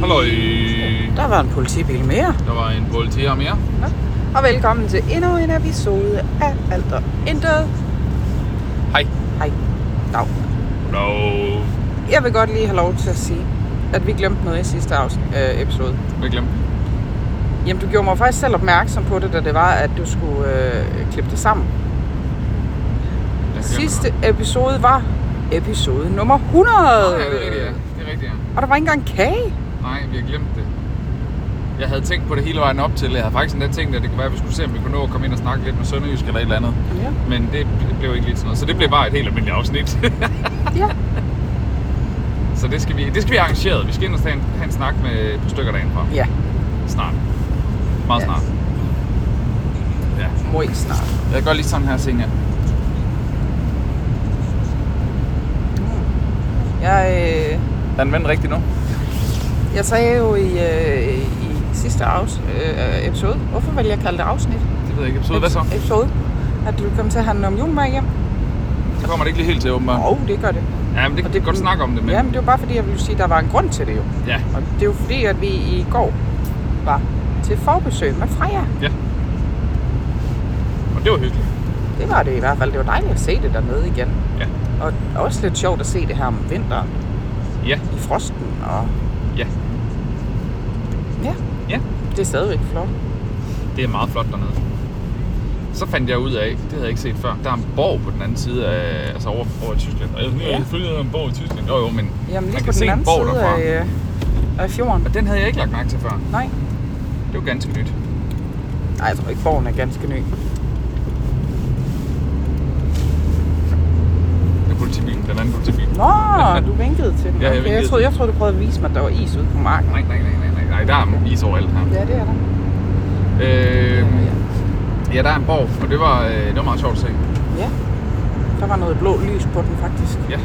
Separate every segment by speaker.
Speaker 1: Halløj.
Speaker 2: Der var en politibil mere.
Speaker 1: Der var en voltaire mere.
Speaker 2: Og velkommen til endnu en episode af Alt og Intet.
Speaker 1: Hej.
Speaker 2: Hej. Dag.
Speaker 1: No.
Speaker 2: Jeg vil godt lige have lov til at sige, at vi glemte noget i sidste afs- øh, episode.
Speaker 1: Vi glemte.
Speaker 2: Jamen, du gjorde mig faktisk selv opmærksom på det, da det var, at du skulle øh, klippe det sammen.
Speaker 1: Jeg
Speaker 2: Sidste episode var episode nummer 100.
Speaker 1: glemte det. Ja, det er rigtigt, ja. Det er rigtigt, ja.
Speaker 2: Og der var ikke engang kage.
Speaker 1: Nej, vi har glemt det. Jeg havde tænkt på det hele vejen op til. Jeg havde faktisk endda tænkt, at det kunne være, at vi skulle se, om vi kunne nå at komme ind og snakke lidt med Sønderjysk eller et eller andet.
Speaker 2: Ja.
Speaker 1: Men det blev ikke lige sådan noget. Så det blev bare et helt almindeligt afsnit.
Speaker 2: ja.
Speaker 1: så det skal, vi, det skal vi have arrangeret. Vi skal ind og tage en, have en snak med et par stykker derinde fra.
Speaker 2: Ja,
Speaker 1: Snart. Meget
Speaker 2: Ja.
Speaker 1: snart. Ja.
Speaker 2: må ikke snart.
Speaker 1: Jeg kan godt lige sådan her, Senja.
Speaker 2: Jeg, øh,
Speaker 1: Er den vendt rigtigt nu?
Speaker 2: jeg sagde jo i, øh, i sidste afs- øh, episode, hvorfor vil jeg kalde det afsnit?
Speaker 1: Det ved jeg ikke. Episode, hvad så?
Speaker 2: Episode. At du kommer til at handle om julemad hjem.
Speaker 1: Det kommer det ikke lige helt til, åbenbart.
Speaker 2: Åh, oh, det gør det.
Speaker 1: Ja, men det kan
Speaker 2: Og
Speaker 1: det, godt snakke om det, men...
Speaker 2: Jamen, det var bare fordi, jeg ville sige, at der var en grund til det jo.
Speaker 1: ja.
Speaker 2: Og det er jo fordi, at vi i går var til forbesøg med Freja.
Speaker 1: ja. Og det var hyggeligt.
Speaker 2: Det var det i hvert fald. Det var dejligt at se det dernede igen.
Speaker 1: Ja.
Speaker 2: Og også lidt sjovt at se det her om vinteren
Speaker 1: Ja.
Speaker 2: i frosten. Og
Speaker 1: Ja.
Speaker 2: ja,
Speaker 1: Ja.
Speaker 2: det er stadigvæk flot.
Speaker 1: Det er meget flot dernede. Så fandt jeg ud af, det havde jeg ikke set før, der er en borg på den anden side af, altså over, over i Tyskland. Og jeg ved
Speaker 2: Ja.
Speaker 1: selvfølgelig, der er en borg i Tyskland. Jo, jo, men
Speaker 2: Jamen
Speaker 1: man
Speaker 2: lige
Speaker 1: kan
Speaker 2: på
Speaker 1: se
Speaker 2: den
Speaker 1: en
Speaker 2: anden
Speaker 1: borg
Speaker 2: side
Speaker 1: derfra.
Speaker 2: af, øh, af fjorden.
Speaker 1: Og den havde jeg ikke lagt mærke til før.
Speaker 2: Nej.
Speaker 1: Det var ganske nyt.
Speaker 2: Nej, jeg tror ikke, borgen er ganske ny.
Speaker 1: Det er politibilen, den anden politibil.
Speaker 2: Nå, du vinkede til den.
Speaker 1: Ja, jeg vinkede
Speaker 2: jeg,
Speaker 1: til
Speaker 2: troede, jeg troede, du prøvede at vise mig, at der var is ude på marken.
Speaker 1: Nej, nej, nej, nej, nej, nej, der er is overalt her.
Speaker 2: Ja, det er der.
Speaker 1: Øh,
Speaker 2: Ja.
Speaker 1: ja, der er en borg, og det var, øh, det var meget sjovt at se.
Speaker 2: Ja. Der var noget blå lys på den faktisk.
Speaker 1: Ja.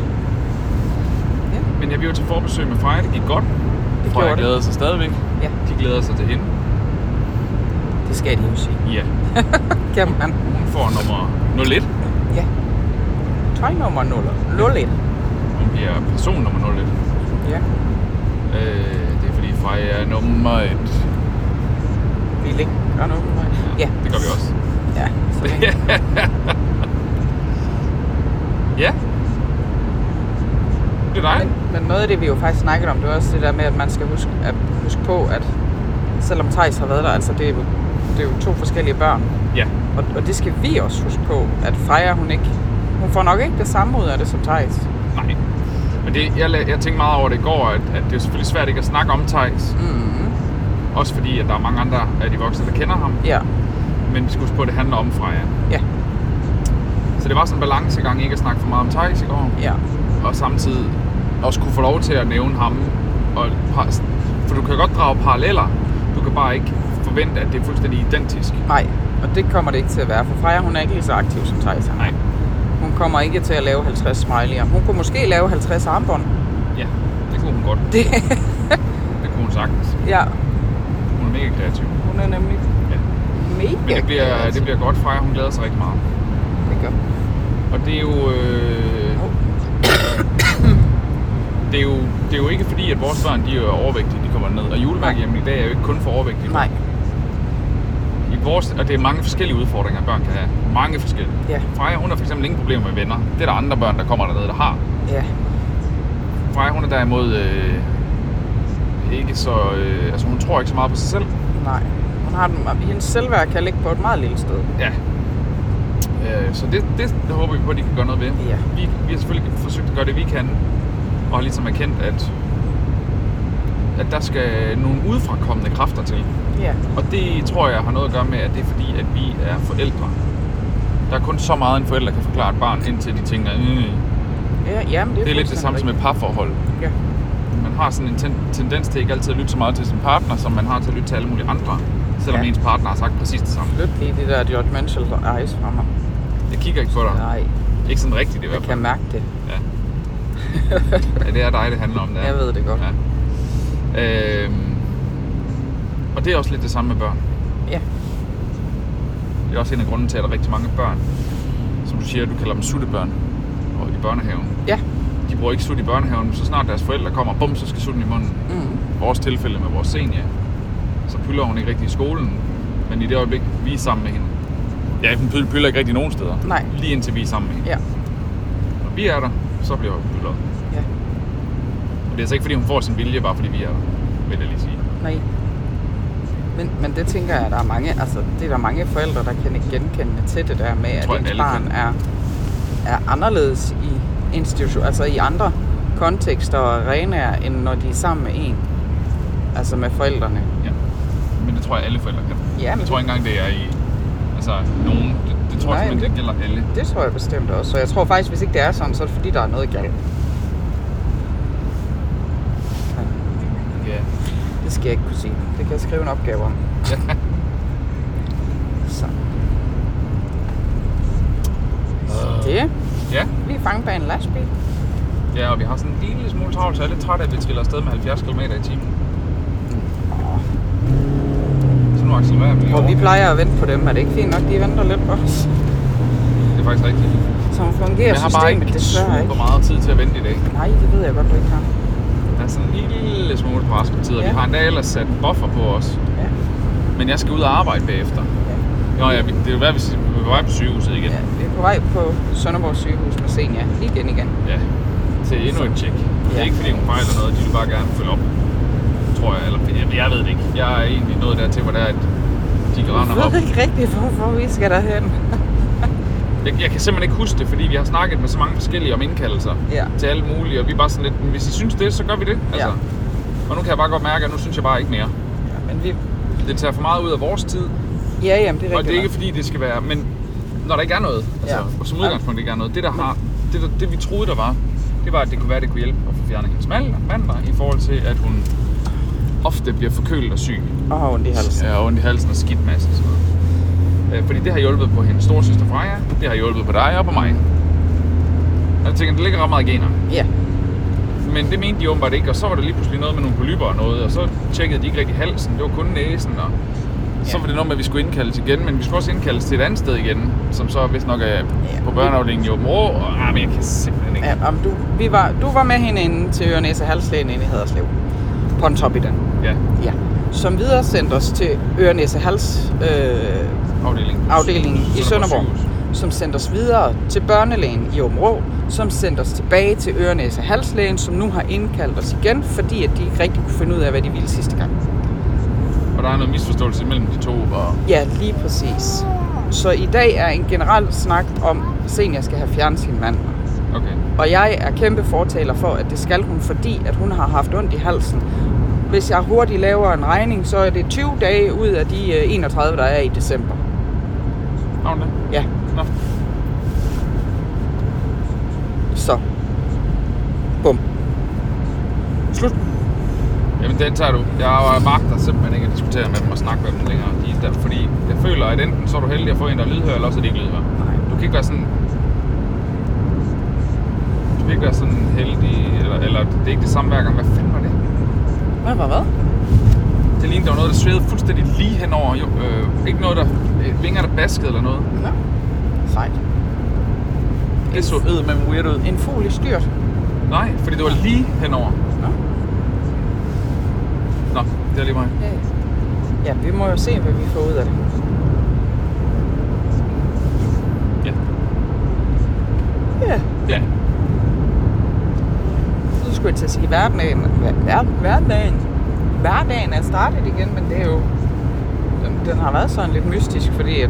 Speaker 2: Ja.
Speaker 1: Men jeg vi var til forbesøg med Freja, det gik godt.
Speaker 2: Det
Speaker 1: Freja
Speaker 2: gjorde det.
Speaker 1: glæder sig stadigvæk.
Speaker 2: Ja,
Speaker 1: De glæder sig til hende.
Speaker 2: det skal de jo sige.
Speaker 1: Ja.
Speaker 2: Kan man?
Speaker 1: Hun får nummer 01.
Speaker 2: Ja. Tøjnummer 0. 01.
Speaker 1: Hun bliver person nummer 01.
Speaker 2: Ja.
Speaker 1: Øh, det er fordi Freja er nummer 1.
Speaker 2: Vi ligger nu. Ja.
Speaker 1: Det gør vi også.
Speaker 2: Ja. Så det.
Speaker 1: ja. Det er dig.
Speaker 2: Men, men noget af det, vi jo faktisk snakkede om, det var også det der med, at man skal huske, at, huske på, at selvom Thijs har været der, altså det er, jo, det er jo to forskellige børn.
Speaker 1: Ja.
Speaker 2: Og, og det skal vi også huske på, at Freja, hun ikke, hun får nok ikke det samme ud af det som Thijs.
Speaker 1: Nej. Men det, jeg, la- jeg tænkte meget over det i går, at, at det er selvfølgelig svært ikke at snakke om Thijs.
Speaker 2: Mm.
Speaker 1: Også fordi, at der er mange andre af de voksne, der kender ham.
Speaker 2: Ja.
Speaker 1: Men vi skal huske på, at det handler om Freja.
Speaker 2: Ja.
Speaker 1: Så det var sådan en balancegang ikke at snakke for meget om Thijs i går.
Speaker 2: Ja.
Speaker 1: og samtidig også kunne få lov til at nævne ham. Og, par- for du kan godt drage paralleller, du kan bare ikke forvente, at det er fuldstændig identisk.
Speaker 2: Nej. Og det kommer det ikke til at være, for Freja, hun er ikke lige så aktiv som Thijs. er.
Speaker 1: Nej.
Speaker 2: Hun kommer ikke til at lave 50 smiley'er. Hun kunne måske lave 50 armbånd.
Speaker 1: Ja, det kunne hun godt.
Speaker 2: Det,
Speaker 1: Det kunne hun sagtens.
Speaker 2: ja,
Speaker 1: Hun er mega kreativ.
Speaker 2: hun er nemlig
Speaker 1: Ja. altså.
Speaker 2: mega
Speaker 1: Men det bliver, det bliver godt, Freja. Hun glæder sig rigtig meget.
Speaker 2: Det gør. Oh,
Speaker 1: Og det er jo... Øh,
Speaker 2: Hov.
Speaker 1: det, er jo, det er jo ikke fordi, at vores børn de er overvægtige, de kommer ned. Og juleværk
Speaker 2: Nej.
Speaker 1: hjemme i dag er jo ikke kun for overvægtige.
Speaker 2: Nej.
Speaker 1: I vores, og det er mange forskellige udfordringer, børn kan have. Mange forskellige.
Speaker 2: Ja.
Speaker 1: Freja, hun har fx ingen problemer med venner. Det er der andre børn, der kommer dernede, der har.
Speaker 2: Ja.
Speaker 1: Freja, hun er derimod øh, ikke så... Øh, altså, hun tror ikke så meget på sig selv.
Speaker 2: Nej. Hun har den, hendes selvværd kan ligge på et meget lille sted.
Speaker 1: Ja. Øh, så det, det, det håber vi på, at de kan gøre noget ved.
Speaker 2: Ja.
Speaker 1: Vi, vi har selvfølgelig forsøgt at gøre det, vi kan. Og har ligesom erkendt, at, at der skal nogle udefrakommende kræfter til.
Speaker 2: Ja.
Speaker 1: Og det tror jeg har noget at gøre med, at det er fordi, at vi er forældre. Der er kun så meget, en forælder kan forklare et barn, indtil de tænker, mm, det,
Speaker 2: Ja, jamen, det er,
Speaker 1: det er lidt det samme som et parforhold.
Speaker 2: Ja.
Speaker 1: Man har sådan en ten- tendens til ikke altid at lytte så meget til sin partner, som man har til at lytte til alle mulige andre, selvom ja.
Speaker 2: Ja.
Speaker 1: ens partner har sagt præcis det samme.
Speaker 2: Løb lige det der judgmental eyes fra mig.
Speaker 1: Jeg kigger ikke på dig.
Speaker 2: Nej,
Speaker 1: Ikke sådan rigtigt i
Speaker 2: jeg
Speaker 1: hvert fald.
Speaker 2: kan mærke det.
Speaker 1: Ja. ja, det er dig, det handler om. Det er.
Speaker 2: Jeg ved det godt.
Speaker 1: Ja. Øhm, og det er også lidt det samme med børn.
Speaker 2: Ja.
Speaker 1: Det er også en af grunden til, at der er rigtig mange børn, som du siger, du kalder dem suttebørn og i børnehaven.
Speaker 2: Ja.
Speaker 1: De bruger ikke sut i børnehaven, men så snart deres forældre kommer, bum, så skal sutten i munden.
Speaker 2: Mm.
Speaker 1: vores tilfælde med vores senior, så pyller hun ikke rigtig i skolen, men i det øjeblik, vi er sammen med hende. Ja, hun pyl- pyller ikke rigtig nogen steder.
Speaker 2: Nej.
Speaker 1: Lige indtil vi er sammen med hende.
Speaker 2: Ja.
Speaker 1: Når vi er der, så bliver hun pylleret.
Speaker 2: ja.
Speaker 1: Og det er altså ikke, fordi hun får sin vilje, bare fordi vi er der, vil jeg lige sige.
Speaker 2: Nej. Men, men det tænker jeg, at der er mange, altså det er der mange forældre, der kan ikke genkende til det der med, at
Speaker 1: tror, at
Speaker 2: ens
Speaker 1: alle
Speaker 2: barn
Speaker 1: kan.
Speaker 2: er, er anderledes i institution, altså i andre kontekster og arenaer, end når de er sammen med en. Altså med forældrene.
Speaker 1: Ja. Men det tror jeg, alle forældre kan.
Speaker 2: Ja, men
Speaker 1: Jeg tror ikke engang, det er i... Altså, nogen... Det, det tror jeg
Speaker 2: Nej,
Speaker 1: simpelthen ikke gælder alle.
Speaker 2: det tror jeg bestemt også. Så jeg tror faktisk, hvis ikke det er sådan, så er det fordi, der er noget galt. Men
Speaker 1: Ja.
Speaker 2: Det skal jeg ikke kunne sige. Det kan jeg skrive en opgave om. Så. Det.
Speaker 1: Ja.
Speaker 2: Vi er fanget bag en lastbil.
Speaker 1: Ja, og vi har sådan en lille smule travlt, så jeg er lidt træt af, at vi triller afsted med 70 km i
Speaker 2: Mm.
Speaker 1: timen. Så nu accelererer vi lige
Speaker 2: Og vi
Speaker 1: over.
Speaker 2: plejer at vente på dem. Er det ikke fint nok, de venter lidt på os?
Speaker 1: Det er faktisk rigtigt.
Speaker 2: Så
Speaker 1: Men
Speaker 2: fungerer
Speaker 1: jeg har bare
Speaker 2: systemet
Speaker 1: ikke
Speaker 2: desværre
Speaker 1: super
Speaker 2: ikke.
Speaker 1: meget tid til at vente i dag.
Speaker 2: Nej, det ved jeg godt, du ikke har.
Speaker 1: Der er sådan en lille smule pres på tid, og
Speaker 2: Ja.
Speaker 1: vi har endda ellers sat buffer på os.
Speaker 2: Ja.
Speaker 1: Men jeg skal ud og arbejde bagefter.
Speaker 2: Ja.
Speaker 1: Nå ja, vi- det er jo værd, hvis vi er på vej på sygehuset igen.
Speaker 2: ja. Vi er på vej på Sønderborg sygehus med Senja. Igen, igen.
Speaker 1: Ja. Til endnu et tjek. Det er
Speaker 2: Ja.
Speaker 1: ikke fordi, hun fejler noget, de vil bare gerne følge op. Tror jeg, eller jeg, jeg ved det ikke. Jeg er egentlig nået dertil, hvor det er, at de kan rende og
Speaker 2: Jeg
Speaker 1: hoppe.
Speaker 2: ved ikke rigtigt, hvorfor vi skal derhen.
Speaker 1: Jeg, jeg kan simpelthen ikke huske det, fordi vi har snakket med så mange forskellige om indkaldelser
Speaker 2: Ja.
Speaker 1: til alle mulige, og vi er bare sådan lidt, "Men hvis I synes det, så gør vi det. Altså.
Speaker 2: Ja.
Speaker 1: Og nu kan jeg bare godt mærke, at nu synes jeg bare ikke mere.
Speaker 2: ja. Men vi...
Speaker 1: Det tager for meget ud af vores tid,
Speaker 2: Ja, jamen, det er rigtigt.
Speaker 1: og det er ikke
Speaker 2: nok.
Speaker 1: fordi, det skal være, men når der ikke er noget, altså,
Speaker 2: Ja.
Speaker 1: og som udgangspunkt ikke er noget, det der har, det, der, det vi troede, der var, det var, at det kunne være, at det kunne hjælpe at få fjernet hendes mandler, mandler i forhold til, at hun ofte bliver forkølet og syg.
Speaker 2: Og har ondt i halsen.
Speaker 1: Ja, og ondt i halsen og skidt masse og sådan noget. Øh, Fordi det har hjulpet på hendes storsøster Freja, det har hjulpet på dig og på mig. Og jeg tænker, det ligger ret meget i generne.
Speaker 2: Ja.
Speaker 1: Men det mente de åbenbart ikke, og så var der lige pludselig noget med nogle polyper og noget, og så tjekkede de ikke rigtig halsen, det var kun næsen, og så
Speaker 2: Ja.
Speaker 1: var det noget med, at vi skulle indkaldes igen, men vi skulle også indkaldes til et andet sted igen, som så vist nok er på børneafdelingen i Åben Rå, og ah, men jeg kan simpelthen ikke.
Speaker 2: Ja, om du, vi var, du var med hende inde til Ørenæse Halslægen inde i Haderslev. På en top i den.
Speaker 1: Ja,
Speaker 2: Ja. Som videre sendte os til Ørenæse Hals øh,
Speaker 1: afdelingen.
Speaker 2: afdelingen i Sønderborg.
Speaker 1: Sygehus.
Speaker 2: Som sendte os videre til børnelægen i Åben Rå, som sendte os tilbage til Ørenæse Halslægen, som nu har indkaldt os igen, fordi at de ikke rigtig kunne finde ud af, hvad de ville sidste gang.
Speaker 1: Og der er noget misforståelse mellem de to, og
Speaker 2: Ja, lige præcis. Så i dag er en generel snak om, at senior skal have fjernet sin mand.
Speaker 1: okay.
Speaker 2: Og jeg er kæmpe fortaler for, at det skal hun, fordi at hun har haft ondt i halsen. Hvis jeg hurtigt laver en regning, så er det 20 dage ud af de øh, 31, der er i december.
Speaker 1: Har hun det?
Speaker 2: Ja,
Speaker 1: Nå.
Speaker 2: så. Bum.
Speaker 1: Slut. Jamen den tager du. Jeg magter simpelthen ikke at diskutere med dem og snakke med dem længere. De er der, fordi jeg føler, at enten så er du heldig at få en, der er lydhør, eller også er de ikke lydhør.
Speaker 2: Nej.
Speaker 1: Du kan ikke være sådan... Du kan ikke være sådan heldig, eller, eller det er ikke det samme hver gang. Hvad fanden var det?
Speaker 2: Hvad var hvad?
Speaker 1: Det lignede, der var noget, der svede fuldstændig lige henover. Jo, øh, ikke noget, der... Øh, vinger, der baskede eller noget.
Speaker 2: Nå. Sejt.
Speaker 1: Det så ed med weird ud.
Speaker 2: En fugl i styrt.
Speaker 1: Nej, fordi det var lige henover.
Speaker 2: Nå.
Speaker 1: Nå, det er lige mig.
Speaker 2: Ja. ja, vi må jo se, hvad vi får ud af det.
Speaker 1: Ja.
Speaker 2: Ja.
Speaker 1: Ja.
Speaker 2: Nu skulle jeg til at sige hverdagen. Hver, hverdagen. Hverdagen er startet igen, men det er jo... Den, den har været sådan lidt mystisk, fordi at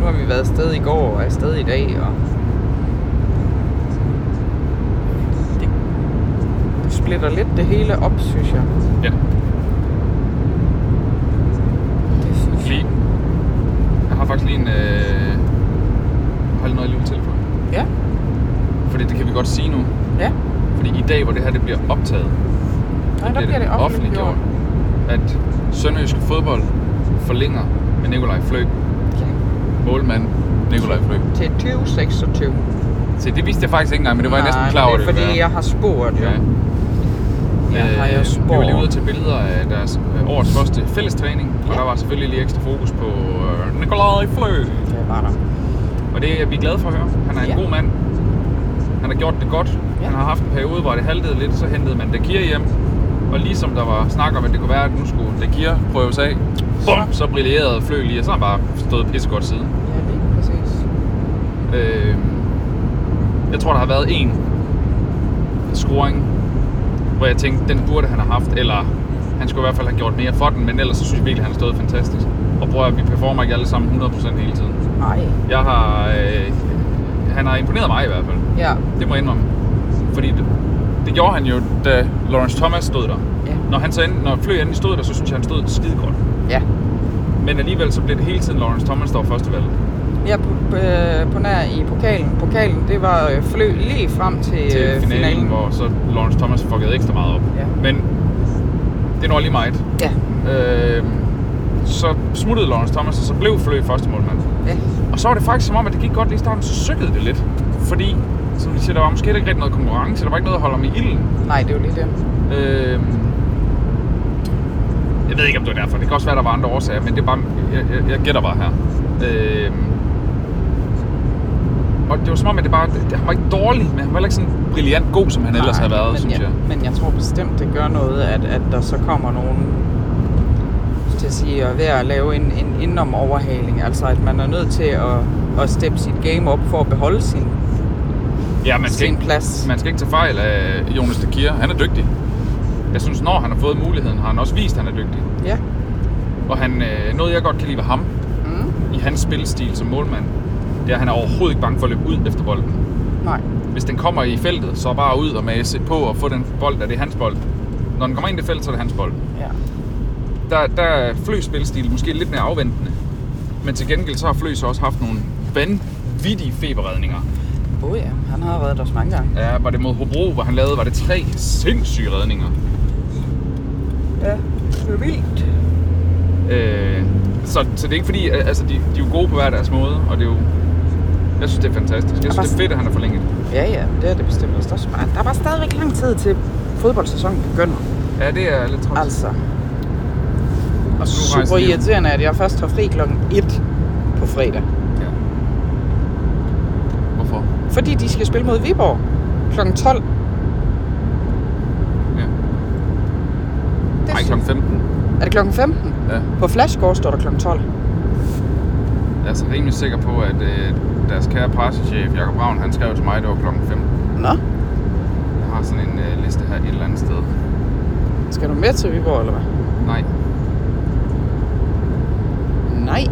Speaker 2: nu har vi været afsted i går og er afsted i dag, og... Det, det splitter lidt det hele op, synes jeg.
Speaker 1: Ja.
Speaker 2: Det synes
Speaker 1: Lige. Jeg har faktisk lige en... Øh, hold noget lille telefon.
Speaker 2: Ja,
Speaker 1: Fordi det kan vi godt sige nu.
Speaker 2: ja.
Speaker 1: Fordi i dag, hvor det her det bliver optaget,
Speaker 2: Nej, der bliver det offentliggjort.
Speaker 1: at Sønderjyske Fodbold forlænger med Nikolaj Fløg.
Speaker 2: Ja.
Speaker 1: Målmand Nikolaj Fløg.
Speaker 2: Til 2026.
Speaker 1: Se, det vidste jeg faktisk ikke engang, men det var jeg næsten klar over,
Speaker 2: det er
Speaker 1: ville
Speaker 2: fordi,
Speaker 1: være.
Speaker 2: jeg har spurgt, jo.
Speaker 1: Ja.
Speaker 2: Ja. Jeg har jo
Speaker 1: Jeg var
Speaker 2: spurgt.
Speaker 1: lige ude til billeder af deres øh, årets første fælles træning, og
Speaker 2: Ja.
Speaker 1: der var selvfølgelig lige ekstra fokus på øh, Nikolaj Fløg.
Speaker 2: Det var der.
Speaker 1: Og det er vi glade for at høre. Han er en
Speaker 2: Ja.
Speaker 1: god mand. Han har gjort det godt.
Speaker 2: Ja.
Speaker 1: Han har haft en periode, hvor det haltede lidt, så hentede man Dakir hjem. Og ligesom der var snak om, at det kunne være, at nu skulle det gear prøves af, bum, så brillerede fløj lige, og så har han bare stået pissegodt siden.
Speaker 2: Ja, lige præcis.
Speaker 1: Øh, jeg tror, der har været en scoring, hvor jeg tænkte, den burde han have haft, eller han skulle i hvert fald have gjort mere for den, men ellers så synes jeg virkelig, han har stået fantastisk. Og prøv at vi performer ikke alle sammen 100% hele tiden.
Speaker 2: Nej.
Speaker 1: Jeg har... Øh, han har imponeret mig i hvert fald.
Speaker 2: Ja.
Speaker 1: Det må jeg indrømme. Fordi det, det gjorde han jo, da Lawrence Thomas stod der.
Speaker 2: Ja.
Speaker 1: Når, han så end, når Flø endelig stod der, så synes jeg, han stod skide godt.
Speaker 2: Ja.
Speaker 1: Men alligevel så blev det hele tiden Lawrence Thomas, der var førstevalget.
Speaker 2: Ja, på, på, øh, på nær i pokalen. Pokalen, det var øh, flø lige frem til,
Speaker 1: til
Speaker 2: øh,
Speaker 1: finalen, finalen, hvor så Lawrence Thomas fuckede ekstra meget op.
Speaker 2: Ja.
Speaker 1: Men det når lige meget.
Speaker 2: Ja.
Speaker 1: Øh, så smuttede Lawrence Thomas, og så blev Flø første målmand.
Speaker 2: Ja.
Speaker 1: Og så var det faktisk som om, at det gik godt lige i starten, så sykkede det lidt. Fordi, som vi siger, der var måske ikke rigtig noget konkurrence, der var ikke noget at holde om i ilden.
Speaker 2: Nej, det var lige det.
Speaker 1: Øh, jeg ved ikke, om det var derfor. Det kan også være, der var andre årsager, men det er bare, jeg, jeg, jeg gætter bare her. Øh, og det var som om, at det bare, det, han var ikke dårlig, men han var heller ikke sådan brilliant god, som han Nej, ellers
Speaker 2: Nej,
Speaker 1: havde været,
Speaker 2: men
Speaker 1: synes jeg.
Speaker 2: Men jeg tror bestemt, det gør noget, at, at der så kommer nogen til at sige, at ved at lave en, en indom overhaling, altså at man er nødt til at, at steppe sit game op for at beholde sin,
Speaker 1: Ja, man skal,
Speaker 2: sin
Speaker 1: ikke,
Speaker 2: plads.
Speaker 1: man skal ikke tage fejl af Jonas de Kier. Han er dygtig. Jeg synes, når han har fået muligheden, har han også vist, at han er dygtig.
Speaker 2: Ja.
Speaker 1: Og han, øh, noget, jeg godt kan lide ved ham,
Speaker 2: Mm.
Speaker 1: i hans spillestil som målmand, det er, at han er overhovedet ikke bange for at løbe ud efter bolden.
Speaker 2: Nej.
Speaker 1: Hvis den kommer i feltet, så bare ud og mase på og få den bold, der det er hans bold. Når den kommer ind i feltet, så er det hans bold.
Speaker 2: Ja.
Speaker 1: Der, der er Fløs spilstil måske lidt mere afventende. Men til gengæld så har Fløs også haft nogle vanvittige feberredninger.
Speaker 2: Oh ja, han har været der så mange gange.
Speaker 1: Ja, var det mod Hobro, hvor han lavede, var det tre sindssyge redninger.
Speaker 2: Ja, det er vildt.
Speaker 1: Øh, så, så det er ikke fordi, al- altså de, de er jo gode på hver deres måde, og det er jo... Jeg synes, det er fantastisk. Jeg synes, det er fedt, at han er forlænget.
Speaker 2: Ja, ja, det er det bestemt også. Der er, så meget- der var stadigvæk lang tid til fodboldsæsonen begynder.
Speaker 1: Ja, det er lidt træls.
Speaker 2: Altså,
Speaker 1: og så nu
Speaker 2: super
Speaker 1: rejser de hjem.
Speaker 2: irriterende, at jeg først har fri klokken 1 på fredag.
Speaker 1: Ja. Hvorfor?
Speaker 2: Fordi de skal spille mod Viborg klokken 12.
Speaker 1: Ja.
Speaker 2: Det
Speaker 1: Ej, klokken 15.
Speaker 2: Er det klokken 15?
Speaker 1: Ja.
Speaker 2: På Flashgård står der klokken 12.
Speaker 1: Jeg er så rimelig sikker på, at øh, deres kære pressechef, Jakob Ravn, han skrev til mig, at det var klokken 15.
Speaker 2: Nå,
Speaker 1: Jeg har sådan en øh, liste her et eller andet sted.
Speaker 2: skal du med til Viborg, eller hvad?
Speaker 1: Nej.
Speaker 2: Nej.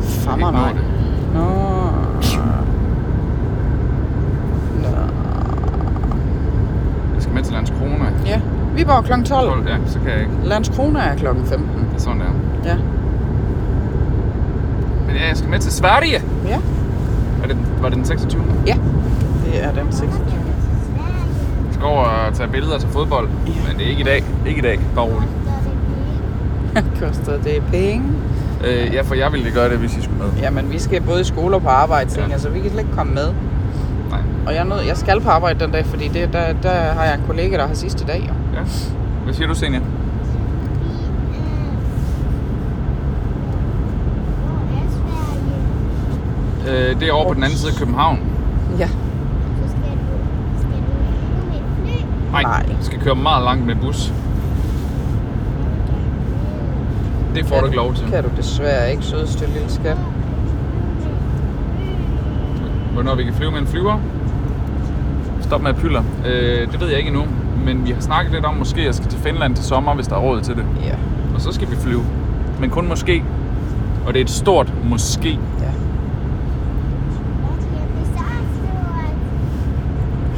Speaker 2: Fammer
Speaker 1: nå
Speaker 2: nej.
Speaker 1: det.
Speaker 2: Nå. Nå.
Speaker 1: Jeg skal med til Landskrona.
Speaker 2: Ja, Viborg klokken 12.
Speaker 1: 12, ja, så kan jeg ikke.
Speaker 2: Landskrona er klokken 15.
Speaker 1: Det er sådan der.
Speaker 2: Ja.
Speaker 1: Men ja, jeg skal med til Sverige.
Speaker 2: Ja.
Speaker 1: Er det, var det den 26.
Speaker 2: Ja. Det er dem 26.
Speaker 1: Jeg skal over og tage billeder til fodbold.
Speaker 2: Ja.
Speaker 1: Men det er ikke i dag. Ikke i dag. Bare roligt.
Speaker 2: Koster det penge?
Speaker 1: Øh, ja, for jeg ville gøre det, hvis I skulle med.
Speaker 2: Jamen, vi skal både i skole og på arbejde, tænker
Speaker 1: Ja.
Speaker 2: ja. så vi kan slet ikke komme med.
Speaker 1: Nej.
Speaker 2: Og jeg, er nød, jeg skal på arbejde den dag, fordi det, der, der har jeg en kollega, der har sidste dag. Jo.
Speaker 1: Ja. Hvad siger du, Senja? Øh, det er over på den anden side af København.
Speaker 2: Ja.
Speaker 1: Nej,
Speaker 2: Nej.
Speaker 1: du skal køre meget langt med bus. Det får du ikke lov til.
Speaker 2: Kan du desværre ikke, sødeste lille skat.
Speaker 1: Hvornår vi kan flyve med en flyver? Stop med at pyller. Øh, det ved jeg ikke endnu. Men vi har snakket lidt om, måske jeg skal til Finland til sommer, hvis der er råd til det.
Speaker 2: Ja.
Speaker 1: Og så skal vi flyve. Men kun måske. Og det er et stort måske.
Speaker 2: ja.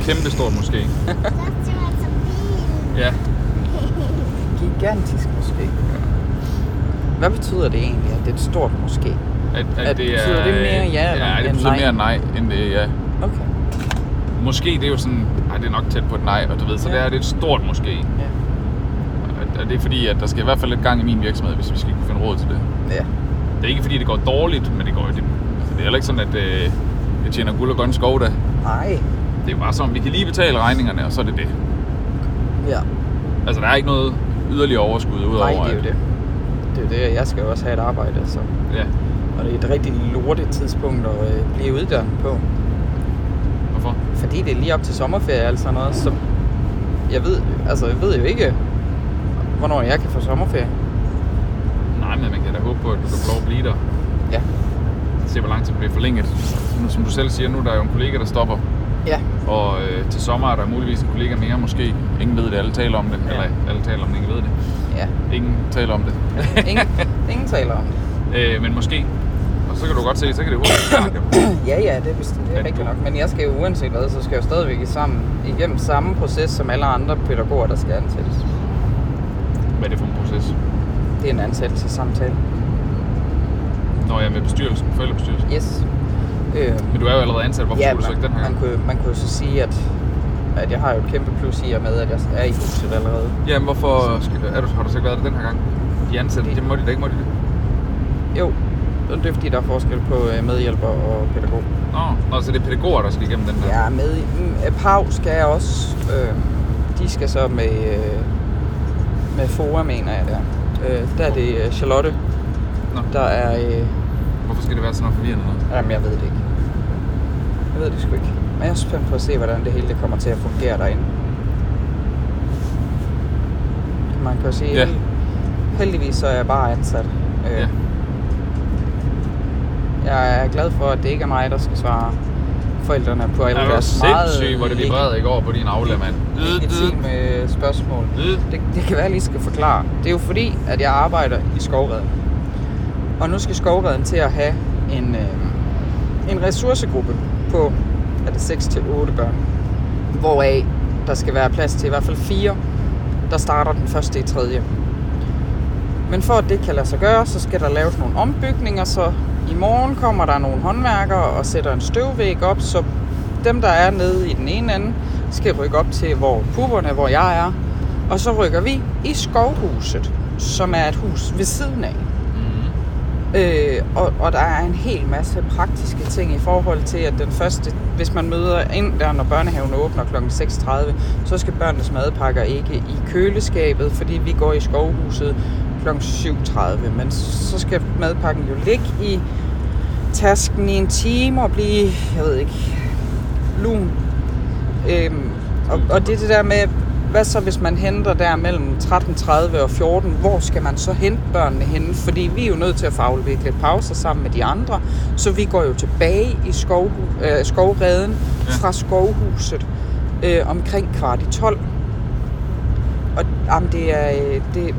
Speaker 1: Kæmpe stort måske. Ja.
Speaker 2: Gigantisk måske. Hvad betyder det egentlig, at det er et stort måske?
Speaker 1: At,
Speaker 2: At betyder det mere ja eller
Speaker 1: ja, det
Speaker 2: end
Speaker 1: betyder
Speaker 2: nej?
Speaker 1: mere nej, end det er ja.
Speaker 2: Okay.
Speaker 1: Måske det er jo sådan, nej, det er nok tæt på et nej, og du ved, så
Speaker 2: Ja.
Speaker 1: det er det er et stort måske.
Speaker 2: Ja.
Speaker 1: Og- Og det er fordi, at der skal i hvert fald lidt gang i min virksomhed, hvis vi skal kunne finde råd til det.
Speaker 2: ja.
Speaker 1: Det er ikke fordi, det går dårligt, men det går det, altså, det er heller ikke sådan, at øh, jeg tjener guld og grønne skov da.
Speaker 2: Nej.
Speaker 1: Det er jo bare sådan, vi kan lige betale regningerne, og så er det det.
Speaker 2: Ja.
Speaker 1: Altså, der er ikke noget yderligere overskud udover.
Speaker 2: Nej, det er jo
Speaker 1: at-
Speaker 2: det. Det er jo det, jeg skal jo også have et arbejde, så.
Speaker 1: Ja,
Speaker 2: Og det er et rigtig lortet tidspunkt at øh, blive uddannet på.
Speaker 1: hvorfor?
Speaker 2: Fordi det er lige op til sommerferie og sådan noget, så jeg ved, altså, jeg ved jo ikke, hvornår jeg kan få sommerferie.
Speaker 1: Nej, men man kan da håbe på, at du kan få lov at blive der.
Speaker 2: Ja.
Speaker 1: Se, hvor lang tid det bliver forlænget. Nu, som du selv siger, nu er der jo en kollega, der stopper.
Speaker 2: Ja.
Speaker 1: Og øh, til sommer er der muligvis en kollega mere, måske. Ingen ved det, alle taler om det.
Speaker 2: Ja.
Speaker 1: Eller alle taler om det, ingen ved det.
Speaker 2: Ja.
Speaker 1: Ingen taler om det.
Speaker 2: Ingen, ingen taler om det.
Speaker 1: øh, men måske. Og så kan du godt se, så kan det hurtigt blive klart, jo.
Speaker 2: Ja, ja, det er, bestemt, det er
Speaker 1: Men
Speaker 2: rigtigt
Speaker 1: du-
Speaker 2: nok. Men jeg skal jo uanset hvad, så skal jeg jo stadigvæk i sammen, igennem samme proces som alle andre pædagoger, der skal ansættes.
Speaker 1: Hvad er det for en proces?
Speaker 2: Det er en ansættelsessamtale.
Speaker 1: Når jeg er med bestyrelsen, forældrebestyrelsen.
Speaker 2: Yes. Øh,
Speaker 1: Men du er jo allerede ansat. Hvorfor skulle du så ikke den her
Speaker 2: man,
Speaker 1: gang?
Speaker 2: kunne, man kunne jo så sige, at, at jeg har jo et kæmpe plus i og med, at jeg er i huset allerede.
Speaker 1: Jamen, hvorfor skal, er du, har du så ikke været det den her gang? De ansatte,
Speaker 2: Det-
Speaker 1: det må de da ikke, må de det?
Speaker 2: Jo, og det er fordi, der er forskel på øh, medhjælper og pædagog.
Speaker 1: Nå, Nå, så det er pædagoger, der skal igennem den der.
Speaker 2: Ja, med mm, øh, PAV skal jeg også. Øh, de skal så med, øh, med FOA, mener jeg der. Øh, der er det øh, Charlotte,
Speaker 1: Nå.
Speaker 2: der er... Øh,
Speaker 1: Hvorfor skal det være sådan noget forvirrende noget?
Speaker 2: jamen, jeg ved det ikke. Jeg ved det sgu ikke. Men jeg er spændt på at se, hvordan det hele det kommer til at fungere derinde. Man kan jo sige,
Speaker 1: Ja.
Speaker 2: ja. heldigvis så er jeg bare ansat. Øh,
Speaker 1: Ja.
Speaker 2: Jeg er glad for, at det ikke er mig, der skal svare forældrene på alle
Speaker 1: er jo
Speaker 2: deres meget...
Speaker 1: sindssygt, hvor det
Speaker 2: ikke-
Speaker 1: vibrerede i går på din Aula, mand. Øh, øh,
Speaker 2: legitime spørgsmål.
Speaker 1: øh.
Speaker 2: Det, det kan være, jeg lige skal forklare. Det er jo fordi, at jeg arbejder i skovredden. Og nu skal skovredden til at have en, øh, en ressourcegruppe på er det 6-8 børn. Hvoraf der skal være plads til i hvert fald fire, der starter den første i tredje. Men for at det kan lade sig gøre, så skal der laves nogle ombygninger, så i morgen kommer der nogle håndværkere og sætter en støvvæg op, så dem, der er nede i den ene ende, skal rykke op til, hvor pupperne, hvor jeg er. Og så rykker vi i skovhuset, som er et hus ved siden af.
Speaker 1: Mhm.
Speaker 2: Øh, og, og der er en hel masse praktiske ting i forhold til, at den første, hvis man møder ind der, når børnehaven åbner kl. 6.30, så skal børnenes madpakker ikke i køleskabet, fordi vi går i skovhuset kl. 7.30. Men så skal madpakken jo ligge i tasken i en time og blive, jeg ved ikke, lun. Øhm, og, og det er det der med, hvad så hvis man henter der mellem 13.30 og 14, hvor skal man så hente børnene henne? Fordi vi er jo nødt til at få afviklet lidt pauser sammen med de andre, så vi går jo tilbage i skov, øh, skovreden
Speaker 1: Ja.
Speaker 2: ja. fra skovhuset øh, omkring kvart i 12. Og jamen, det, er, øh, det,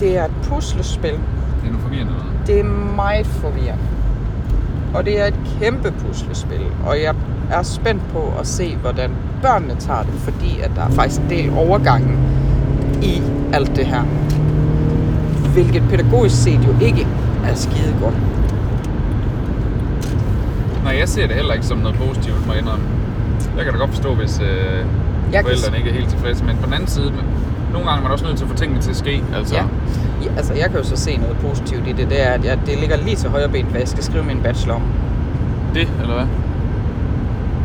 Speaker 2: det er et puslespil.
Speaker 1: Det er nu forvirrende noget.
Speaker 2: Det er meget forvirrende. Og det er et kæmpe puslespil, og jeg er spændt på at se, hvordan børnene tager det, fordi at der er faktisk en del overgangen i alt det her. Hvilket pædagogisk set jo ikke er skide godt.
Speaker 1: Nej, jeg ser det heller ikke som noget positivt, må jeg indrømme. Jeg kan da godt forstå, hvis øh,
Speaker 2: kan
Speaker 1: forældrene
Speaker 2: s-
Speaker 1: ikke er helt tilfredse. Men på den anden side, men nogle gange er man også nødt til at få tingene til at ske. Altså,
Speaker 2: Ja. ja. Altså, jeg kan jo så se noget positivt i det, det er, at jeg, det ligger lige til højre ben, hvad jeg skal skrive min bachelor om.
Speaker 1: Det, eller hvad?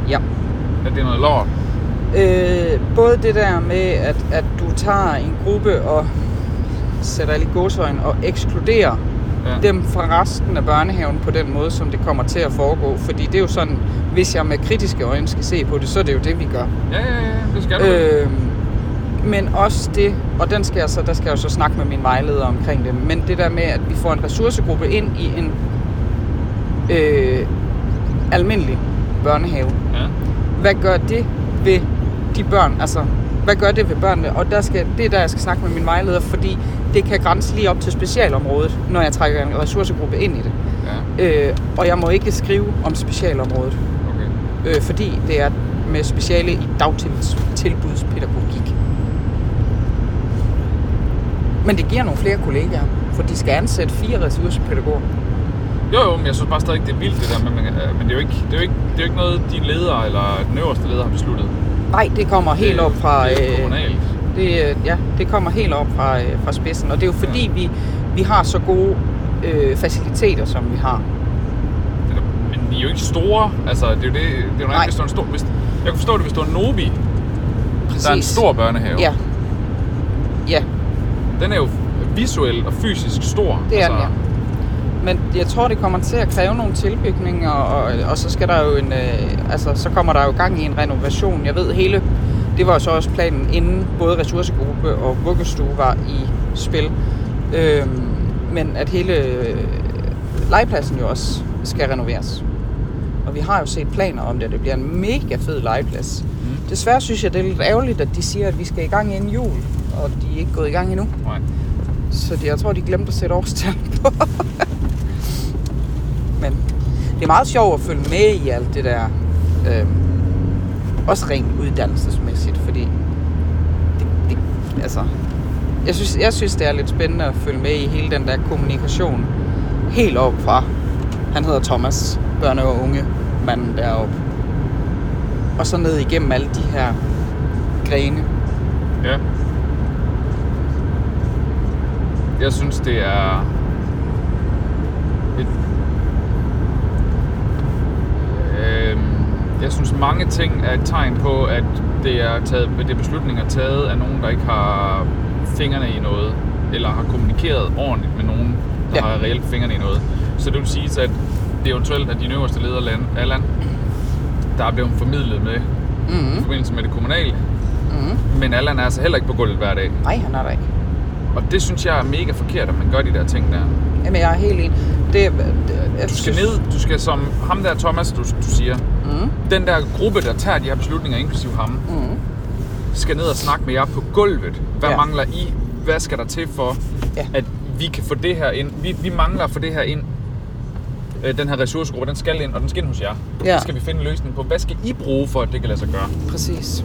Speaker 2: Ja.
Speaker 1: At det er noget lort.
Speaker 2: Øh, både det der med, at, at du tager en gruppe og sætter lige godsøjen og ekskluderer
Speaker 1: Ja.
Speaker 2: dem fra resten af børnehaven på den måde, som det kommer til at foregå. Fordi det er jo sådan, hvis jeg med kritiske øjne skal se på det, så er det jo det, vi gør.
Speaker 1: Ja, ja, ja, det skal du. Øh.
Speaker 2: Øh, men også det, og den skal jeg så, der skal jeg jo så snakke med min vejleder omkring det, men det der med, at vi får en ressourcegruppe ind i en øh, almindelig børnehave,
Speaker 1: Ja.
Speaker 2: hvad gør det ved de børn? Altså, hvad gør det ved børnene? Og der skal, det er der, jeg skal snakke med min vejleder, fordi det kan grænse lige op til specialområdet, når jeg trækker en ressourcegruppe ind i det.
Speaker 1: ja,
Speaker 2: Øh, og jeg må ikke skrive om specialområdet,
Speaker 1: okay.
Speaker 2: øh, fordi det er med speciale i dagtilbudspædagogik. Men det giver nogle flere kollegaer, for de skal ansætte fire ressourcepædagoger.
Speaker 1: Jo, jo, men jeg synes bare stadig, det er vildt det der, men, men, øh, men det, er jo ikke, det, er jo ikke, det er jo ikke noget, de ledere eller den øverste leder har besluttet.
Speaker 2: Nej, det kommer helt
Speaker 1: Det-
Speaker 2: op fra...
Speaker 1: Det er
Speaker 2: øh,
Speaker 1: kommunalt.
Speaker 2: Det, øh, ja, det kommer helt op fra, øh, fra spidsen, og det er jo fordi, ja. vi, vi har så gode øh, faciliteter, som vi har.
Speaker 1: Det er da- Men de er jo ikke store. Altså, det er jo det, det er jo noget,
Speaker 2: Nej.
Speaker 1: andet, hvis det var en stor... Hvis, jeg kunne forstå det, hvis det var Nobi, der er en
Speaker 2: Præcis.
Speaker 1: stor børnehave.
Speaker 2: Ja. Ja,
Speaker 1: Den er jo visuelt og fysisk stor. Altså,
Speaker 2: det er den, ja. Men jeg tror, det kommer til at kræve nogle tilbygninger, og, og så skal der jo en... Øh, altså, så kommer der jo gang i en renovation. Jeg ved, hele Det var så også planen, inden både ressourcegruppe og vuggestue var i spil. Øhm, men at hele øh, legepladsen jo også skal renoveres. Og vi har jo set planer om det, det bliver en mega fed legeplads.
Speaker 1: Mm.
Speaker 2: Desværre synes jeg, det er lidt ærgerligt, at de siger, at vi skal i gang inden jul, og de er ikke gået i gang endnu.
Speaker 1: Nej.
Speaker 2: Så det, jeg tror, de glemte at sætte årstal på. Men det er meget sjovt at følge med i alt det der. Øhm, også rent uddannelsesmæssigt, fordi det, det, altså, jeg, synes, jeg synes, det er lidt spændende at følge med i hele den der kommunikation. Helt op fra, han hedder Thomas, børne- og unge manden deroppe. Og så ned igennem alle de her grene.
Speaker 1: Ja. Jeg synes, det er et... Øhm, jeg synes, mange ting er et tegn på, at det er, taget, det er beslutninger taget af nogen, der ikke har fingrene i noget, eller har kommunikeret ordentligt med nogen, der
Speaker 2: Ja.
Speaker 1: ja. har reelt fingrene i noget. Så det vil sige, at det eventuelt er de øverste ledere af land, der er blevet formidlet med i
Speaker 2: Mm-hmm.
Speaker 1: forbindelse med det kommunale,
Speaker 2: Mm-hmm.
Speaker 1: men Allan er altså heller ikke på gulvet hver dag.
Speaker 2: Nej, han er der ikke.
Speaker 1: Og det synes jeg er mega forkert, at man gør de der ting der.
Speaker 2: Jamen, jeg er helt enig. Det, det, jeg
Speaker 1: Du skal ned, du skal som ham der Thomas, du, du siger,
Speaker 2: Mm,
Speaker 1: den der gruppe, der tager de her beslutninger, inklusive ham,
Speaker 2: mm,
Speaker 1: skal ned og snakke med jer på gulvet.
Speaker 2: Ja.
Speaker 1: Hvad ja. mangler I? Hvad skal der til for,
Speaker 2: Ja.
Speaker 1: ja. at vi kan få det her ind? Vi, vi mangler at få det her ind. Øh, Den her ressourcegruppe, den skal ind, og den skal ind hos jer.
Speaker 2: Ja.
Speaker 1: Så skal vi finde en løsning på, hvad skal I bruge for, at det kan lade sig gøre?
Speaker 2: præcis.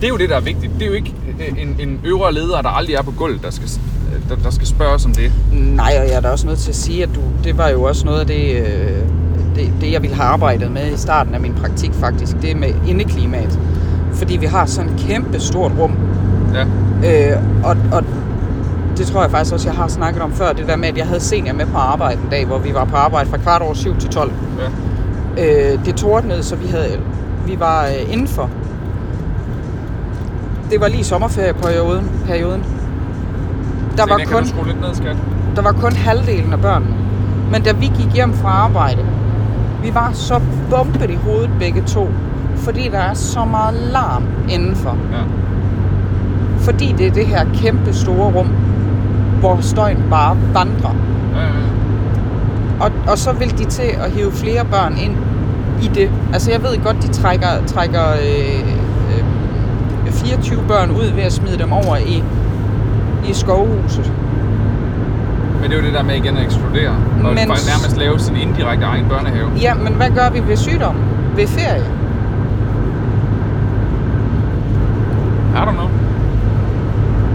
Speaker 1: Det er jo det, der er vigtigt. Det er jo ikke øh, en, en øvre leder, der aldrig er på gulvet, der skal, øh, der, der skal spørges om det.
Speaker 2: Nej, og jeg er da også nødt til at sige, at du, det var jo også noget af det, øh, det, det, jeg ville have arbejdet med i starten af min praktik faktisk, det med indeklimaet. Fordi vi har sådan et kæmpe stort rum,
Speaker 1: Ja,
Speaker 2: øh, og, og det tror jeg faktisk også, jeg har snakket om før, det der med, at jeg havde senior med på arbejde en dag, hvor vi var på arbejde fra kvart over syv til 12.
Speaker 1: ja.
Speaker 2: Øh, det tordnede, så vi, havde, vi var øh, indenfor. Det var lige sommerferieperioden. Perioden. Der, var
Speaker 1: Selina,
Speaker 2: kun,
Speaker 1: Kan du skrue lidt ned, skat?
Speaker 2: der var kun halvdelen af børnene. Men da vi gik hjem fra arbejde, vi var så bumpet i hovedet begge to, fordi der er så meget larm indenfor.
Speaker 1: Ja.
Speaker 2: Fordi det er det her kæmpe store rum, hvor støjen bare vandrer.
Speaker 1: Ja, ja, ja.
Speaker 2: Og, og så vil de til at hive flere børn ind i det. Altså jeg ved godt, de trækker, trækker øh, øh, 24 børn ud ved at smide dem over i, i skovhuset.
Speaker 1: Men det er jo det der med igen at eksplodere. Og
Speaker 2: Men-
Speaker 1: Men... faktisk nærmest lave sin indirekte egen børnehave.
Speaker 2: Ja, men hvad gør vi ved sygdom? Ved ferie?
Speaker 1: I don't know.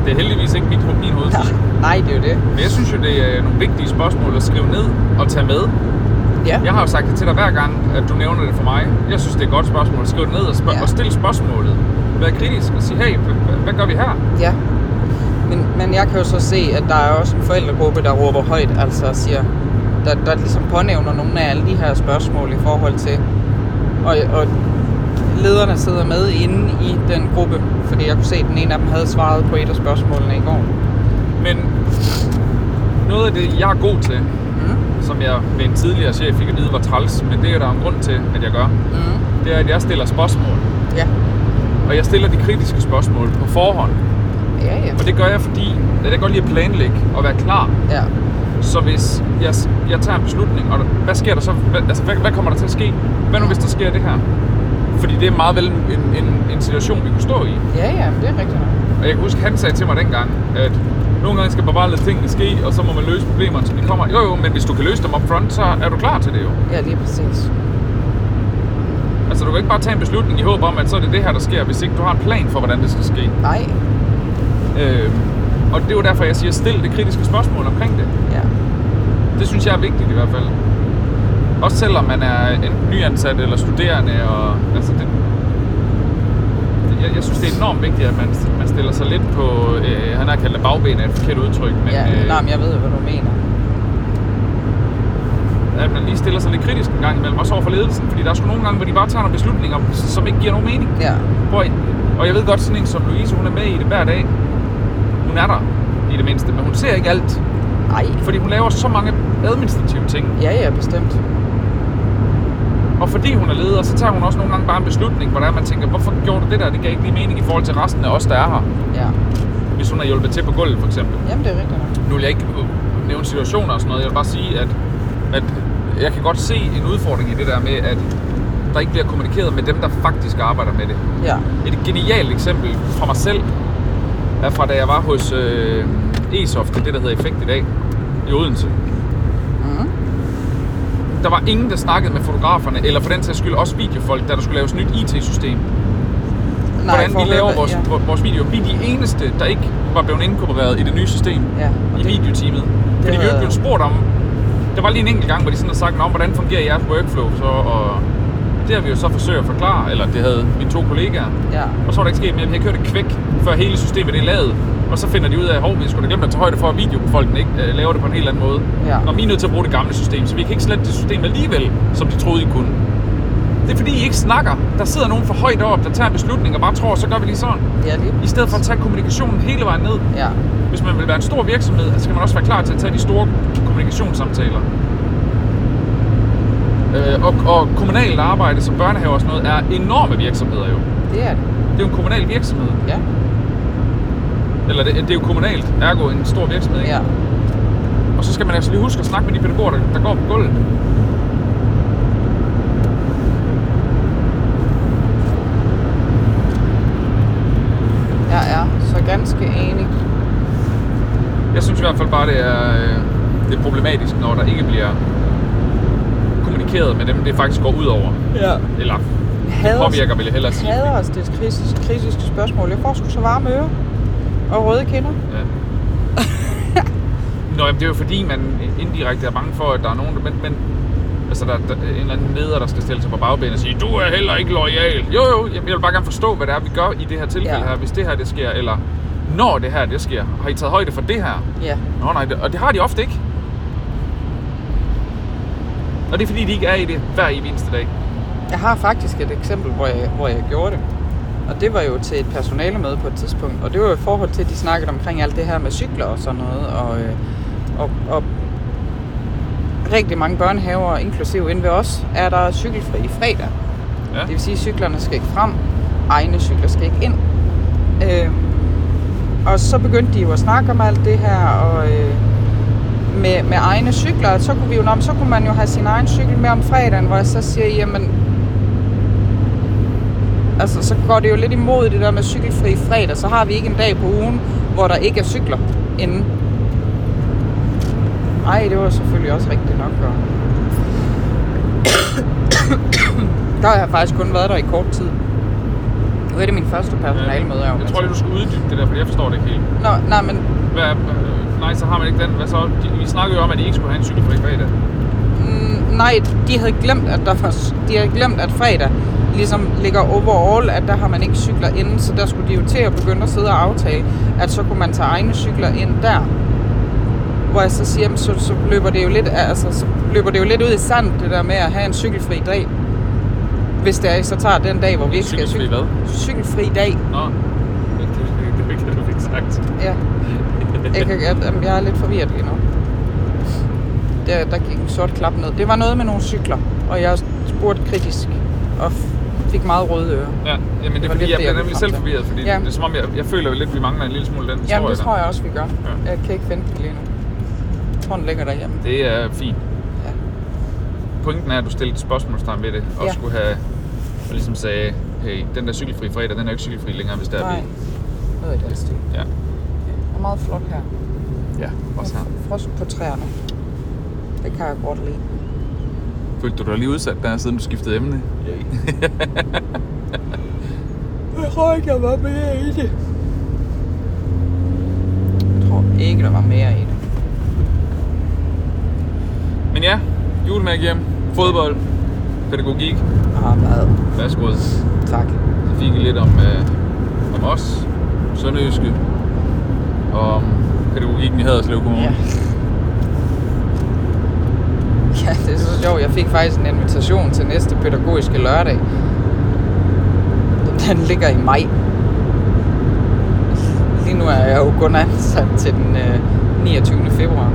Speaker 1: Det er heldigvis ikke mit, min hoved.
Speaker 2: Nej, det er jo det.
Speaker 1: Men jeg synes jo, det er nogle vigtige spørgsmål at skrive ned og tage med.
Speaker 2: Ja.
Speaker 1: Jeg har jo sagt det til dig hver gang, at du nævner det for mig. Jeg synes, det er et godt spørgsmål. Skriv det ned og, spørg-
Speaker 2: Ja.
Speaker 1: ja. og stil spørgsmålet. Vær kritisk og sige, hey, h- h- hvad gør vi her?
Speaker 2: ja. Men, men jeg kan jo så se, at der er også en forældregruppe, der råber højt, altså siger, der, der ligesom pånævner nogle af alle de her spørgsmål i forhold til. Og, og lederne sidder med inde i den gruppe, fordi jeg kunne se, at den ene af dem havde svaret på et af spørgsmålene i går.
Speaker 1: Men noget af det, jeg er god til,
Speaker 2: Mm.
Speaker 1: som jeg ved en tidligere chef fik at vide var træls, men det er der en grund til, at jeg gør,
Speaker 2: Mm.
Speaker 1: det er, at jeg stiller spørgsmål.
Speaker 2: Ja.
Speaker 1: Og jeg stiller de kritiske spørgsmål på forhånd.
Speaker 2: Ja, ja.
Speaker 1: Og det gør jeg, fordi at jeg godt lide at planlægge og være klar.
Speaker 2: Ja.
Speaker 1: Så hvis jeg, jeg tager en beslutning, og der- hvad sker der så? Hvad, altså, hvad, hvad kommer der til at ske? Hvad nu, hvis der sker det her? Fordi det er meget vel en, en, en, en situation, vi kunne stå i.
Speaker 2: Ja, ja, men det er rigtigt. nok.
Speaker 1: Og jeg kan huske, han sagde til mig dengang, at nogle gange skal man bare lade tingene ske, og så må man løse problemerne, som de kommer. Jo, jo, men hvis du kan løse dem op front, så er du klar til det jo.
Speaker 2: Ja, lige præcis.
Speaker 1: Altså, du kan ikke bare tage en beslutning i håb om, at så er det det her, der sker, hvis ikke du har en plan for, hvordan det skal ske.
Speaker 2: Nej.
Speaker 1: Øh, og det er jo derfor, jeg siger, stil det kritiske spørgsmål omkring det.
Speaker 2: Ja.
Speaker 1: Det synes jeg er vigtigt i hvert fald. Også selvom man er enten nyansat eller studerende. Og, altså det, det- jeg, jeg synes, det er enormt vigtigt, at man, man stiller sig lidt på... Øh, han har kaldt det bagben af et forkert udtryk, men,
Speaker 2: ja.
Speaker 1: øh,
Speaker 2: Nej, men jeg ved, hvad du mener.
Speaker 1: at man lige stiller sig lidt kritisk en gang imellem, også over for ledelsen. Fordi der er sgu nogle gange, hvor de bare tager nogle beslutninger, som ikke giver nogen mening.
Speaker 2: Ja.
Speaker 1: Hvor, og jeg ved godt, sådan en som Louise, hun er med i det hver dag. Hun er der i det mindste, men hun ser ikke alt,
Speaker 2: Nej.
Speaker 1: fordi hun laver så mange administrative ting.
Speaker 2: Ja, ja, bestemt.
Speaker 1: Og fordi hun er leder, så tager hun også nogle gange bare en beslutning, hvordan man tænker, hvorfor gjorde du det der? Det gav ikke lige mening i forhold til resten af os, der er her.
Speaker 2: Ja.
Speaker 1: Hvis hun har hjulpet til på gulvet, for eksempel.
Speaker 2: Jamen, det er rigtigt. nok.
Speaker 1: Nu vil jeg ikke øh, nævne situationer og sådan noget. Jeg vil bare sige, at, at jeg kan godt se en udfordring i det der med, at der ikke bliver kommunikeret med dem, der faktisk arbejder med det.
Speaker 2: Ja.
Speaker 1: Et genialt eksempel fra mig selv er fra da jeg var hos øh, Esoft, det er det der hedder Effekt i dag, i Odense.
Speaker 2: Mm.
Speaker 1: Der var ingen, der snakkede med fotograferne, eller for den sags skyld også videofolk, da der skulle laves nyt IT-system. Hvordan
Speaker 2: for
Speaker 1: vi
Speaker 2: at
Speaker 1: laver
Speaker 2: høre,
Speaker 1: vores,
Speaker 2: Ja.
Speaker 1: vores video. Vi er de eneste, der ikke var blevet inkorporeret i det nye system.
Speaker 2: ja.
Speaker 1: i videoteamet. Fordi vi jo
Speaker 2: havde-
Speaker 1: ikke blev spurgt om... Der var lige en enkelt gang, hvor de sådan har sagt, om hvordan fungerer jeres workflow? Så, og det har vi jo så forsøgt at forklare, eller det havde mine to kollegaer.
Speaker 2: Ja.
Speaker 1: Og så var der ikke sket mere, vi har kørt det kvæk, før hele systemet er lavet. Og så finder de ud af, at vi skulle da glemme at tage højde for, at videofolkene ikke øh, laver det på en helt anden måde.
Speaker 2: Ja.
Speaker 1: Når vi er nødt til at bruge det gamle system, så vi kan ikke slette det system alligevel, som de troede, I kunne. Det er fordi, I ikke snakker. Der sidder nogen for højt op, der tager en beslutning og bare tror, så gør vi lige sådan.
Speaker 2: Ja, lige
Speaker 1: I stedet for at tage kommunikationen hele vejen ned,
Speaker 2: Ja.
Speaker 1: hvis man vil være en stor virksomhed, så skal man også være klar til at tage de store kommunikationssamtaler. Øh, og, og kommunalt arbejde som børnehaver og sådan noget er enorme virksomheder jo.
Speaker 2: Det er det.
Speaker 1: Det er jo en kommunal virksomhed.
Speaker 2: Ja.
Speaker 1: Eller det, det er jo kommunalt, ergo en stor virksomhed. Ikke?
Speaker 2: Ja.
Speaker 1: Og så skal man altså lige huske at snakke med de pædagoger, der, der går på gulvet.
Speaker 2: Jeg er så ganske enig.
Speaker 1: Jeg synes i hvert fald bare, det er, øh, det er problematisk, når der ikke bliver kommunikeret med dem, det faktisk går ud over.
Speaker 2: Ja.
Speaker 1: Eller det
Speaker 2: Hader-
Speaker 1: påvirker, vil jeg hellere sige.
Speaker 2: Jeg hader også det kritiske, kritiske spørgsmål. Jeg får sgu så varme ører og røde kinder.
Speaker 1: Ja. Nå, jamen, det er jo fordi, man indirekte er bange for, at der er nogen, der... Men, men altså, der, er- der er en eller anden leder, der skal stille sig på bagbenet og sige, du er heller ikke lojal. Jo, jo, jeg jeg vil bare gerne forstå, hvad det er, vi gør i det her tilfælde
Speaker 2: Ja.
Speaker 1: ja. her, hvis det her, det sker, eller når det her, det sker. Har I taget højde for det her?
Speaker 2: Ja.
Speaker 1: Nå nej, det, og det har de ofte ikke. Og det er fordi, de ikke er i det hver evig eneste dag.
Speaker 2: Jeg har faktisk et eksempel, hvor jeg, hvor jeg gjorde det. Og det var jo til et personalemøde på et tidspunkt. Og det var jo i forhold til, at de snakkede omkring alt det her med cykler og sådan noget. Og, øh, og, og rigtig mange børnehaver, inklusive inde ved os, er der cykelfri fredag.
Speaker 1: Ja.
Speaker 2: Det vil sige, at cyklerne skal ikke frem, egne cykler skal ikke ind. Øh, og så begyndte de jo at snakke om alt det her, og øh, med, med egne cykler, så kunne vi jo, nå, men så kunne man jo have sin egen cykel med om fredagen, hvor jeg så siger, jamen, altså, så går det jo lidt imod det der med cykelfri fredag, så har vi ikke en dag på ugen, hvor der ikke er cykler inden. Ej, det var selvfølgelig også rigtigt nok, og Der har jeg faktisk kun været der i kort tid. Nu er det min første personalemøde.
Speaker 1: jeg tror lige, du skal uddybe det der, for jeg forstår det ikke helt.
Speaker 2: Nå, nej, men
Speaker 1: Hvad, er- øh, nej, så har man ikke den. Hvad så? De, vi snakkede jo om, at I ikke skulle have en cykelfri fredag.
Speaker 2: mm, nej, de havde glemt, at der var, de havde glemt, at fredag ligesom ligger overall, at der har man ikke cykler inde, så der skulle de jo til at begynde at sidde og aftale, at så kunne man tage egne cykler ind der. Hvor jeg så siger, jamen, så, så, løber det jo lidt, af- altså, så løber det jo lidt ud i sand, det der med at have en cykelfri dag. Hvis det er, så tager den dag, hvor vi ikke skal
Speaker 1: Cykelfri
Speaker 2: cykle.
Speaker 1: hvad?
Speaker 2: Cykelfri dag.
Speaker 1: Nå, det, det, det, det, du fik sagt.
Speaker 2: Ja. Jeg, kan, jeg, jamen, jeg er lidt forvirret lige nu. Der, der gik en sort klap ned. Det var noget med nogle cykler, og jeg spurgte kritisk og f- fik meget røde ører.
Speaker 1: Ja, jamen det
Speaker 2: Det var
Speaker 1: er fordi,
Speaker 2: lidt
Speaker 1: jeg
Speaker 2: det,
Speaker 1: bliver
Speaker 2: jeg ville
Speaker 1: nemlig selv
Speaker 2: frem til.
Speaker 1: forvirret, fordi
Speaker 2: Ja.
Speaker 1: ja. det er som om, jeg, jeg føler jo lidt, at vi mangler en lille smule den historie.
Speaker 2: Jamen, det
Speaker 1: der.
Speaker 2: tror jeg også, vi gør.
Speaker 1: Ja.
Speaker 2: Jeg kan ikke finde den lige nu. Jeg tror, den ligger derhjemme.
Speaker 1: Det er fint.
Speaker 2: Ja.
Speaker 1: Pointen er, at du stillede et spørgsmålstegn ved det, og
Speaker 2: Ja.
Speaker 1: ja. skulle have og ligesom sagde, hey, den der cykelfri fredag, den er jo ikke cykelfri længere, hvis der er
Speaker 2: Nej,
Speaker 1: vi.
Speaker 2: noget i den stil.
Speaker 1: Ja.
Speaker 2: Og meget flot her.
Speaker 1: ja, også her.
Speaker 2: Frost på træerne. Det kan jeg godt lide.
Speaker 1: Følte du dig lige udsat der, siden du skiftede emne?
Speaker 2: Jeg tror ikke, der var mere i det. Jeg tror ikke, der var mere i det.
Speaker 1: Men ja, julemærk hjem, fodbold, pædagogik,
Speaker 2: Ah, mad.
Speaker 1: værsgo. Så
Speaker 2: Tak.
Speaker 1: fik I lidt om, øh, om os, Sønderjyske, og om pædagogikken i Haderslev Kommune.
Speaker 2: Ja. Ja, det er så sjovt. Jeg fik faktisk en invitation til næste pædagogiske lørdag. Den ligger i maj. Lige nu er jeg jo kun ansat til den øh, 29. februar.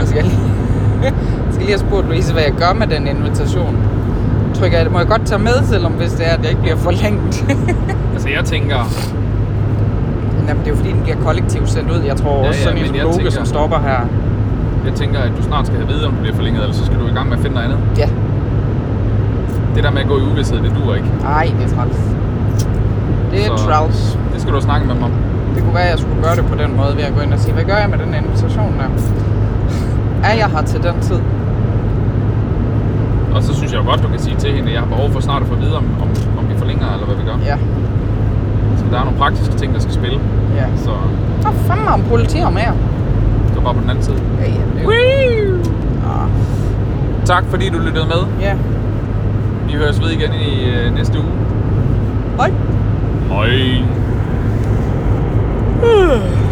Speaker 2: Så skal jeg lige, skal lige have spurgt Louise, hvad jeg gør med den invitation. indtryk af det, må jeg godt tage med, selvom hvis det er, at det ikke bliver forlængt.
Speaker 1: Altså jeg tænker,
Speaker 2: Jamen, det er jo fordi, den bliver kollektivt sendt ud. Jeg tror
Speaker 1: Ja,
Speaker 2: også,
Speaker 1: ja,
Speaker 2: sådan en
Speaker 1: men jeg
Speaker 2: loge,
Speaker 1: tænker-
Speaker 2: som stopper her.
Speaker 1: jeg tænker, at du snart skal have videre, om du bliver forlænget, eller så skal du i gang med at finde noget andet.
Speaker 2: Ja.
Speaker 1: Det der med at gå i uvidshed, det duer ikke.
Speaker 2: Ej, det er træls. Det er
Speaker 1: Så-
Speaker 2: så... træls.
Speaker 1: Det skal du snakke med mig om.
Speaker 2: Det kunne være, at jeg skulle gøre det på den måde, ved at gå ind og sige, hvad gør jeg med den invitation der? Er jeg her til den tid?
Speaker 1: Og så synes jeg jo godt, du kan sige til hende, at jeg har behov for snart at få videre, om, om, om vi forlænger, eller hvad vi gør.
Speaker 2: Ja.
Speaker 1: Så der er nogle praktiske ting, der skal spille.
Speaker 2: Ja.
Speaker 1: Så
Speaker 2: Så fanden om politier mere.
Speaker 1: det var bare på den anden side.
Speaker 2: Ja, ja. Det er jo... Ah,
Speaker 1: Tak fordi du lyttede med.
Speaker 2: ja.
Speaker 1: Vi høres ved igen i øh, næste uge.
Speaker 2: Hej.
Speaker 1: Hej.
Speaker 2: Øh.